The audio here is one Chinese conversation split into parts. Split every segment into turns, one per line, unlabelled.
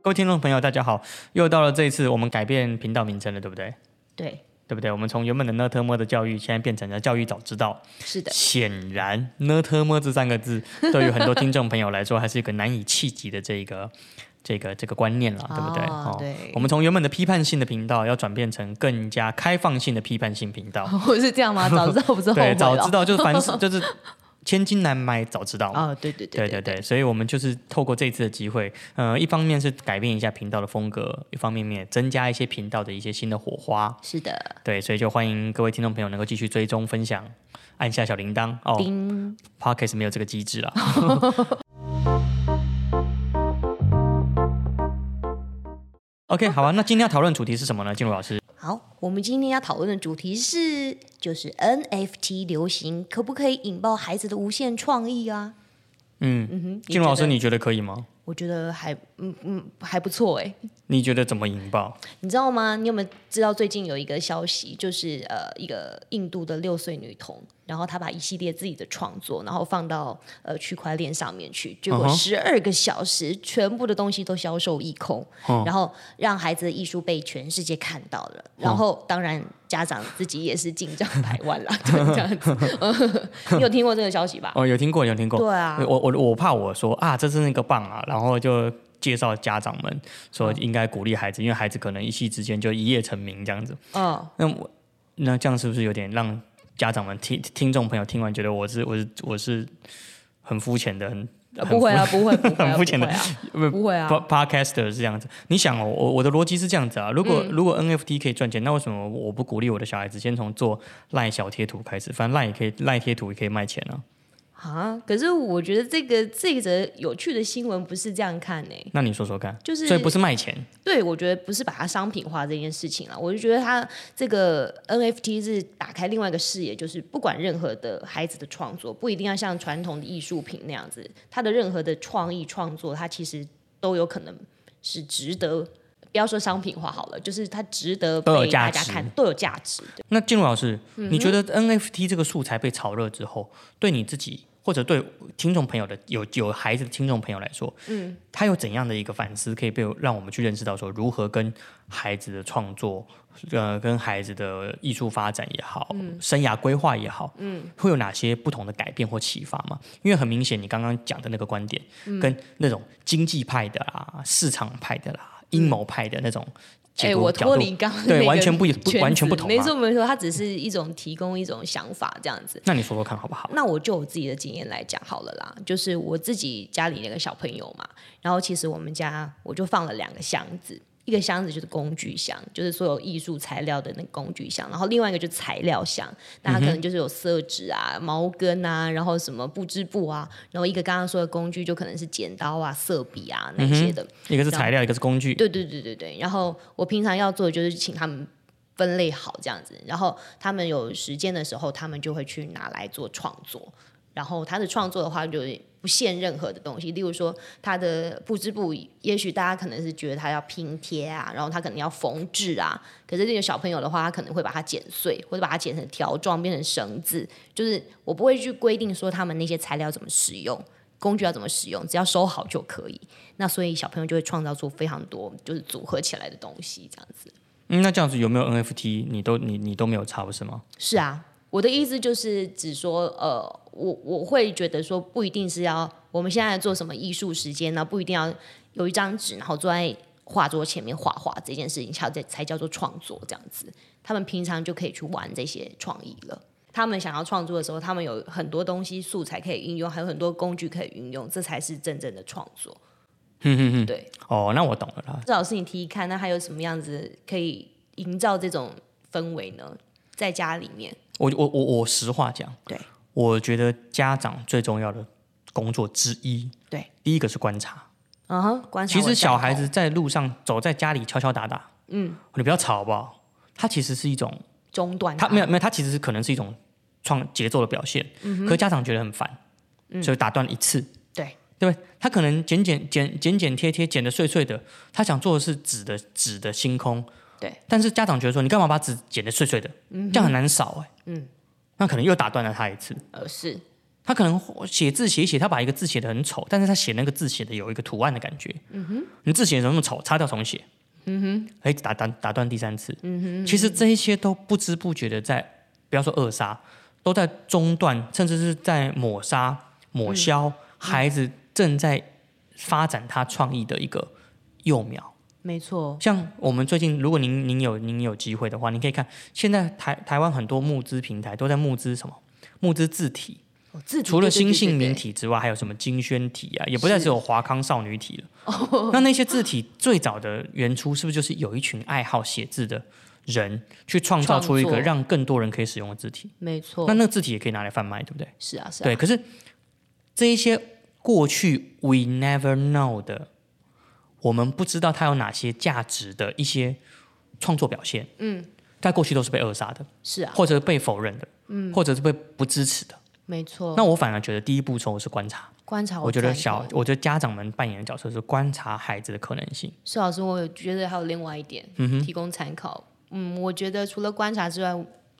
各位听众朋友，大家好！又到了这一次我们改变频道名称了，对不对？
对，
对不对？我们从原本的呢特么的教育，现在变成了教育早知道。
是的，
显然呢特么这三个 字，对于很多听众朋友来说，还是一个难以企及的这一个这个这个观念了，对不对？
哦对
我们从原本的批判性的频道，要转变成更加开放性的批判性 频道。
我是这 样吗？早知道不是后悔哦
对，
了。
早知道就是凡事就是千金难买早知道嘛。
啊，对对
对
对
对对，所以我们就是透过这一次的机会，呃，一方面是改变一下频道的风格，一方面也增加一些频道的一些新的火花。
是的，
对，所以就欢迎各位听众朋友能够继续追踪、分享、按下小铃铛哦。
叮，
p o c k e t 没有这个机制啦。OK，好啊，那今天要讨论主题是什么呢？静茹老师，
好，我们今天要讨论的主题是，就是 NFT 流行可不可以引爆孩子的无限创意啊？
嗯，
嗯哼，
静茹老师，
觉得，
你觉得可以吗？
我觉得还嗯嗯还不错哎、
你觉得怎么引爆？
你知道吗？你有没有知道最近有一个消息，就是呃，一个印度的六岁女童，然后她把一系列自己的创作，然后放到呃区块链上面去，结果
嗯哼
十二个小时，全部的东西都销售一空，
哦
然后让孩子的艺术被全世界看到了，
嗯
然后当然家长自己也是进账百万 啦，就这样子。 你有听过这个消息吧？
哦，有听过，有听过。
对啊
我我我怕我说啊，这是那个棒啊，然后就介绍家长们
嗯
说应该鼓励孩子，因为孩子可能一夕之间就一夜成名这样子。
嗯，
那我那这样是不是有点让家长们听听众朋友听完觉得我是我是我是很肤浅的，很
呃不会啊，不会，不会 啊，
很肤浅的
不会啊，不会啊，
po- podcaster 是这样子。你想哦，我我的逻辑是这样子啊，如
嗯
果、如果 NFT 可以赚钱，那为什么我不鼓励我的小孩子先从做赖小贴图开始？反正赖也可以，赖贴图也可以卖钱啊。
啊！可是我觉得这个这则有趣的新闻不是这样看呢、
那你说说看，
就是
所以不是卖钱，
对我觉得不是把它商品化这件事情啦，我就觉得它这个 NFT 是打开另外一个视野，就是不管任何的孩子的创作，不一定要像传统的艺术品那样子，他的任何的创意创作，它其实都有可能是值得。不要说商品化好了，就是它值得
都有
被大
价
家
值
看，都有价值。对
那静茹老师，
嗯
你觉得 NFT 这个素材被炒热之后，对你自己或者对听众朋友的有有孩子的听众朋友来说，嗯，他有怎样的一个反思，可以被让我们去认识到说如何跟孩子的创作，呃，跟孩子的艺术发展也好，
嗯
生涯规划也好，嗯，会有哪些不同的改变或启发吗？因为很明显，你刚刚讲的那个观点，
嗯
跟那种经济派的啦、市场派的啦、阴谋派的那种解
哎，
读
我
角
脱
度
离。刚刚
对
那个
完全不一不
圈
完全
子
不同啊
没
嘛
错没错，它只是一种提供一种想法这样子。
那你说说看好不好？
那我就我自己的经验来讲好了啦，就是我自己家里那个小朋友嘛，然后其实我们家我就放了两个箱子，一个箱子就是工具箱，就是所有艺术材料的那个工具箱，然后另外一个就是材料箱，那它可能就是有色纸啊、毛根啊，然后什么布织布啊，然后一个刚刚说的工具就可能是剪刀啊、色笔啊那些的，
一个是材料，一个是工具。
对对对对对。然后我平常要做的就是请他们分类好这样子，然后他们有时间的时候，他们就会去拿来做创作。然后他的创作的话，就是不限任何的东西，例如说他的布织布，也许大家可能是觉得他要拼贴啊，然后他可能要缝制啊，可是这个小朋友的话，他可能会把它剪碎，或者把它剪成条状，变成绳子。就是我不会去规定说他们那些材料怎么使用，工具要怎么使用，只要收好就可以。那所以小朋友就会创造出非常多就是组合起来的东西，这样子。
嗯，那这样子有没有 NFT？你都你你都没有差不是吗？
是啊，我的意思就是只说，呃，我我会觉得说，不一定是要我们现在做什么艺术时间呢，不一定要有一张纸，然后坐在画桌前面画画这件事情，才才叫做创作这样子。他们平常就可以去玩这些创意了。他们想要创作的时候，他们有很多东西素材可以运用，还有很多工具可以运用，这才是真正的创作。嗯嗯嗯，对。
哦，那我懂了啦。
至少是你提提看，那还有什么样子可以营造这种氛围呢？在家里面，
我我我我实话讲，
对，
我觉得家长最重要的工作之一，
对，
第一个是观察。
嗯哼，观察
其
我的
实小
状
孩
况
子在路上走在家里敲敲打打，嗯，你不要吵好不好？他其实是一种，
中断
他没有没有，他其实是可能是一种创节奏的表现，嗯、可是家长觉得很烦，所以打断一次，
嗯对
对吧？他可能剪剪剪剪剪贴贴剪的碎碎的，他想做的是纸的纸的星空，
对，
但是家长觉得说你干嘛把
嗯
纸剪得碎碎的，这样很难扫哎、嗯，那可能又打断了他一次，
呃是
他可能写字写一写，他把一个字写的很丑，但是他写那个字写的有一个图案的感觉。嗯哼，你字写的那么丑，擦掉重写。嗯哼，哎，打打打断第三次。嗯哼，其实这一些都不知不觉的在，不要说扼杀，都在中断，甚至是在抹杀、抹消、孩子正在发展他创意的一个幼苗。
没错，
像我们最近，如果您您有您有机会的话，你可以看现在台台湾很多募资平台都在募资什么募资字体，
哦字体
除了
对对
新
对
姓
对
名
对
体之外，还有什么金萱体啊，也不再
是哦
只有华康少女体 了。那那些字体最早的原初是不是就是有一群爱好写字的人去创造出一
创
个
作
让更多人可以使用的字体？
没错
那，那个字体也可以拿来贩卖，对不对？
是啊是啊，
对，可是这一些过去 we never know 的，我们不知道它有哪些价值的一些创作表现，嗯，在过去都是被扼杀的，
是啊，
或者被否认的，嗯，或者是被不支持的。
没错。
那我反而觉得第一步骤是观察，
观察，
我觉得
赞
小
同，
我觉得家长们扮演的角色是观察孩子的可能性。
施老师，我觉得还有另外一点，提供参考。嗯，我觉得除了观察之外，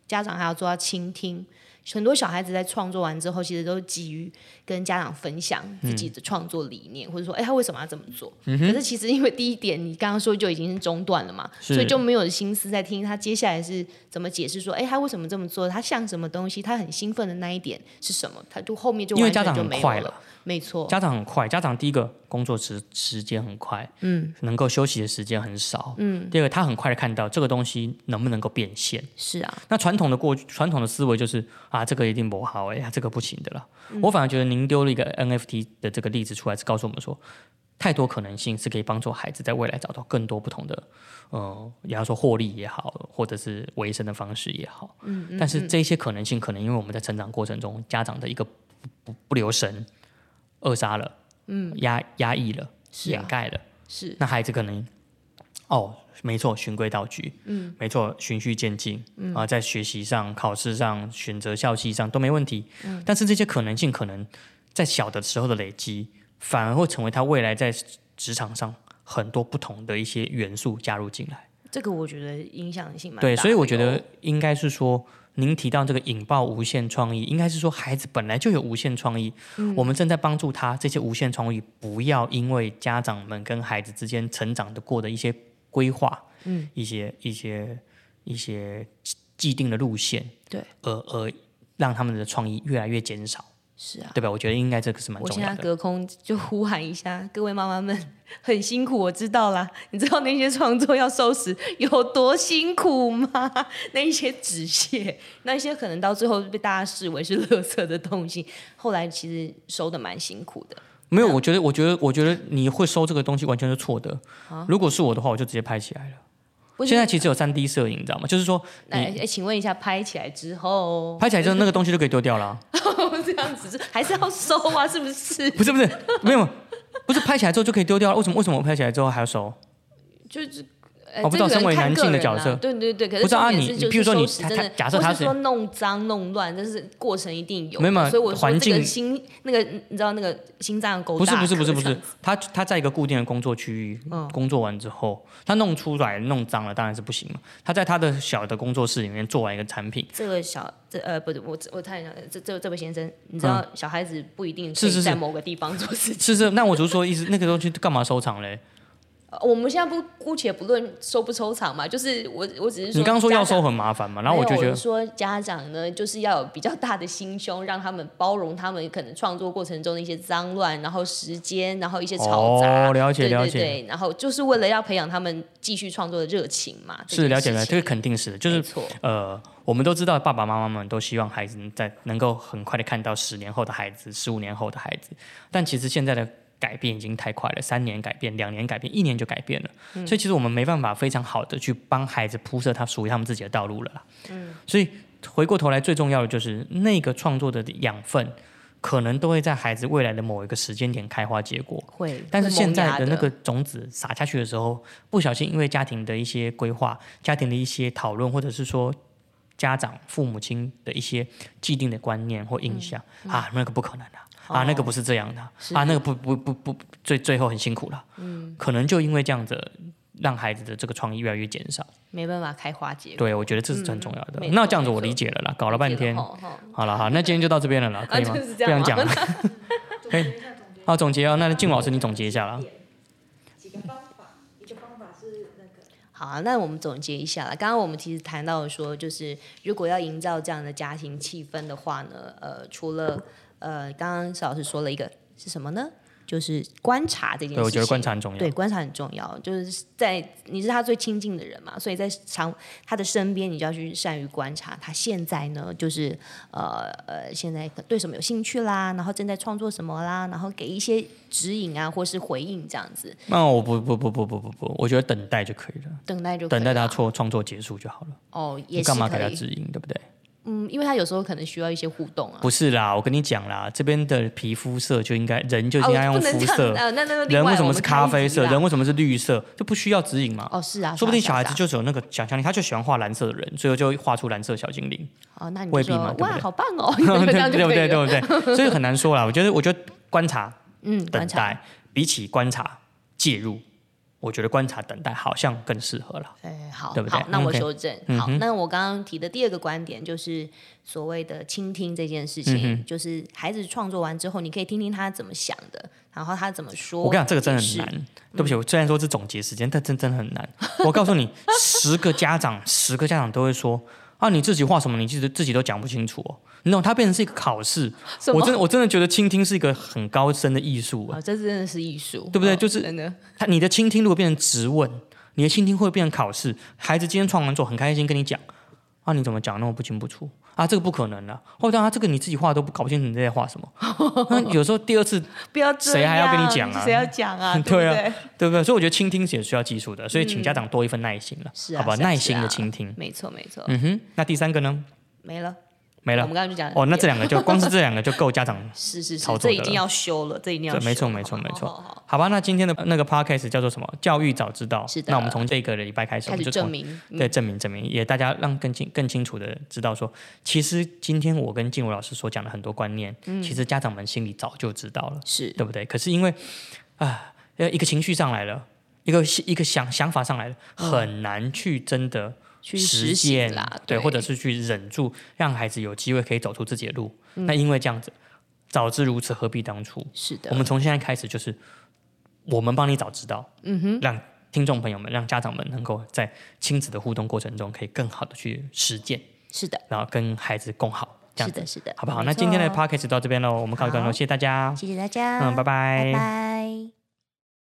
家长还要做到倾听。很多小孩子在创作完之后，其实都急于跟家长分享
嗯
自己的创作理念，或者说，哎，他为什么要这么做？可是其实因为第一点，你刚刚说就已经是中断了嘛，
是
所以就没有心思在听他接下来是怎么解释说，哎，他为什么这么做？他像什么东西？他很兴奋的那一点是什么？他就后面就
因为
完全
家长
就
很
没有
快
了
了，
没错，
家长很快，家长第一个工作时时间很快，嗯，能够休息的时间很少，嗯。第二个，他很快的看到这个东西能不能够变现，
是啊，
那传统的过传统的思维就是啊，这个一定不好哎、呀，这个不行的啦。我反而觉得您丢了一个 NFT 的这个例子出来，是告诉我们说，太多可能性是可以帮助孩子在未来找到更多不同的，呃，也要说获利也好，或者是维生的方式也好。嗯但是这些可能性，可能因为我们在成长过程中，家长的一个不不不留神，扼杀了，嗯，压压抑了，
是
掩
啊，
盖了。
是
那孩子可能哦，没错，循规蹈矩，嗯，没错，循序渐进，嗯啊、在学习上、考试上、选择校系上都没问题，嗯，但是这些可能性可能在小的时候的累积，反而会成为他未来在职场上很多不同的一些元素加入进来，
这个，我觉得影响性蛮大的哦
对，
哟。
所以我觉得应该是说。您提到这个引爆无限创意，应该是说孩子本来就有无限创意，
嗯
我们正在帮助他这些无限创意，不要因为家长们跟孩子之间成长的过的一些规划，嗯，一些一些一些既既定的路线，
对，
而而让他们的创意越来越减少，
是啊，
对吧？我觉得应该这个是蛮
我
重
现
要
在
的。
隔空就呼喊一下，各位妈妈们很辛苦，我知道啦。你知道那些创作要收拾有多辛苦吗？那一些纸屑，那一些可能到最后被大家视为是垃圾的东西，后来其实收的蛮辛苦的。
没有，我觉得，我觉得，我觉得你会收这个东西完全是错的。
啊
如果是我的话，我就直接拍起来了。
不是
现在其实有三 D 摄影，你知道吗？就是说
哎
你
哎，请问一下，拍起来之后
拍起来之后，那个东西就可以丢掉了啊、
这样子是还是要收啊？是不是？
不是不是，没有，不是拍起来之后就可以丢掉了。为什么？为什么我拍起来之后还要收？
就是。
哦
呃
不知道
这个
身为
看
男
个
性的
人
角
啦
色
对对对，可是
不知道啊
重点
你
是就是
比如说你
收拾
他
真的
他假设他
不
是
是说弄脏弄乱，但是过程一定有的，
没有没有
所以我说
环
这个
境
心那个你知道那个心脏狗
不是不是不是不
这
是
样，
他他在一个固定的工作区域、工作完之后，他弄出来弄脏了当然是不行嘛。他在他的小的工作室里面做完一个产品，
这个小这呃不是我我太想这这这位先生，你知道小孩子不一定可
嗯是
以
是是
在某个地方做事情。
是是，那我只是说意思，那个东西干嘛收藏嘞？
呃我们现在不姑且不论收不收场嘛，就是我我只是说
你刚刚说要
家长
收很麻烦嘛，然后我
没有
就觉
我
得
是说家长呢，就是要有比较大的心胸，让他们包容他们可能创作过程中的一些脏乱，然后时间，然后一些嘈杂。
哦，了解
对
了
对
解，
对，然后就是为了要培养他们继续创作的热情嘛，
是了解了
了，
解，这个肯定是的，就是
没错，
呃，我们都知道，爸爸妈妈们都希望孩子在能够很快的看到十年后的孩子，十五年后的孩子，但其实现在的改变已经太快了，三年改变，两年改变，一年就改变了，所以其实我们没办法非常好的去帮孩子铺设他属于他们自己的道路了啦。嗯，所以回过头来，最重要的就是那个创作的养分，可能都会在孩子未来的某一个时间点开花结果。
会。
但是
会
现
萌
在
芽
的
的
那个种子撒下去的时候，不小心因为家庭的一些规划、家庭的一些讨论，或者是说家长、父母亲的一些既定的观念或印象、
嗯
啊，那个不可能的、啊。
哦
那个不啊是这样的啊，那个不不不不，最最后很辛苦了。嗯，可能就因为这样子，让孩子的这个创意越来越减少。
没办法开花结果。
对，我觉得这是很重要的。
没错
那这样子我
没错
理解了啦，搞了半天，
吼吼
好了，好，那今天就到这边了啦，可以吗？
啊就是
不
这样
想
吗
讲了。 可以。好，总结哦，那静老师你总结一下啦。
好啊、那我们总结一下啦。刚刚我们其实谈到说，就是如果要营造这样的家庭气氛的话呢，呃，除了呃，刚刚邵老师说了一个是什么呢？就是观察这件事情。
对，我觉得观察很重要。
对，观察很重要，就是在你是他最亲近的人嘛，所以在常他的身边，你就要去善于观察他现在呢，就是呃呃，现在对什么有兴趣啦，然后正在创作什么啦，然后给一些指引啊，或是回应这样子，
那我不不不不不不不，我觉得等待就可以了，
等待就可以
等待他
了
创创作结束就好了。
哦，也
你
是
干嘛给
可
他
以，
指引，对不对？
嗯，因为他有时候可能需要一些互动啊，
不是啦，我跟你讲啦，这边的皮肤色就应该人就应该
哦
用
不能
肤
这样
色，
呃，那那个
人为什么是咖啡色，人
物
为什么是绿色，就不需要指引嘛。
哦是啊，
说不定小孩子
就。
就是有那个想象力，他就喜欢画蓝色的人，所以就画出蓝色小精灵。
哦，那你
未
就
必嘛
说
对不
哇，
对
好棒哦， 这样就
对不
可以
对？
了
对不对？所以很难说啦。我觉得，我觉得观察、
嗯，
等
观察，
待，比起观察介入，我觉得观察、等待好像更适合了。
哎，好，
对不对
好，那我
OK 嗯
修正。好，那我刚刚提的第二个观点就是所谓的倾听这件事情，
嗯
就是孩子创作完之后，你可以听听他怎么想的，然后他怎么说。
我跟你讲，这个真的
解
很
释
难。对不起，我虽然说是总结时间，但真真的很难。 我告诉你，十个家长， 十个家长都会说啊，你自己画什么，你自己自己都讲不清楚哦。你懂，它变成是一个考试。
什么
我真的我真的觉得倾听是一个很高深的艺术。
哦，这真的是艺术，
对不对
哦
就是
真的
他你的倾听如果变成质问，你的倾听会变成考试。孩子今天创完作很开心跟你讲，啊你怎么讲那么不清不楚啊这个不可能啊，或者他这个你自己画都不搞不清楚你在画什么。那有时候第二次
不要这
谁还要跟你
样
讲啊
谁要讲啊？
对啊
不对，
对不对？所以我觉得倾听是也需要技术的，所以请家长多一份耐心了，
嗯是啊
好吧？
是啊
耐心
是
的
啊
倾听。
没错没错，
嗯哼，那第三个呢？
没了
没
我
了
们。刚刚就讲
哦，那这两个 就光是这两个就够家长。
是是
操
是，
作
这
的
一定要修了，这一定要
对没
修
错
了哦
没错
好
没
好
错
好好
好吧，那今天的呃那个 podcast 叫做什么？教育早知道。
是的
那我们从这个礼拜开始，我
开
们
始
就从
证明嗯
对，证明证明，也大家让更清更清楚的知道说，其实今天我跟静茹老师所讲的很多观念，
嗯
其实家长们心里早就知道了，
是
对不对？可是因为啊，呃，一个情绪上来了，一个一个想想法上来了，
嗯
很难去真的
去
实
实
践
行啦，
对，或者是去忍住，让孩子有机会可以走出自己的路。那
嗯
因为这样子，早知如此，何必当初？
是的，
我们从现在开始就是，我们帮你早知道，嗯哼，让听众朋友们、让家长们能够在亲子的互动过程中，可以更好的去实践，
是的，
然后跟孩子共好，这样
是
子
的，是的，
好不好？
没
那今天的
错
podcast 就到这边喽，我们告一段落，
好
谢谢大家，
谢谢大家，
嗯，拜
拜拜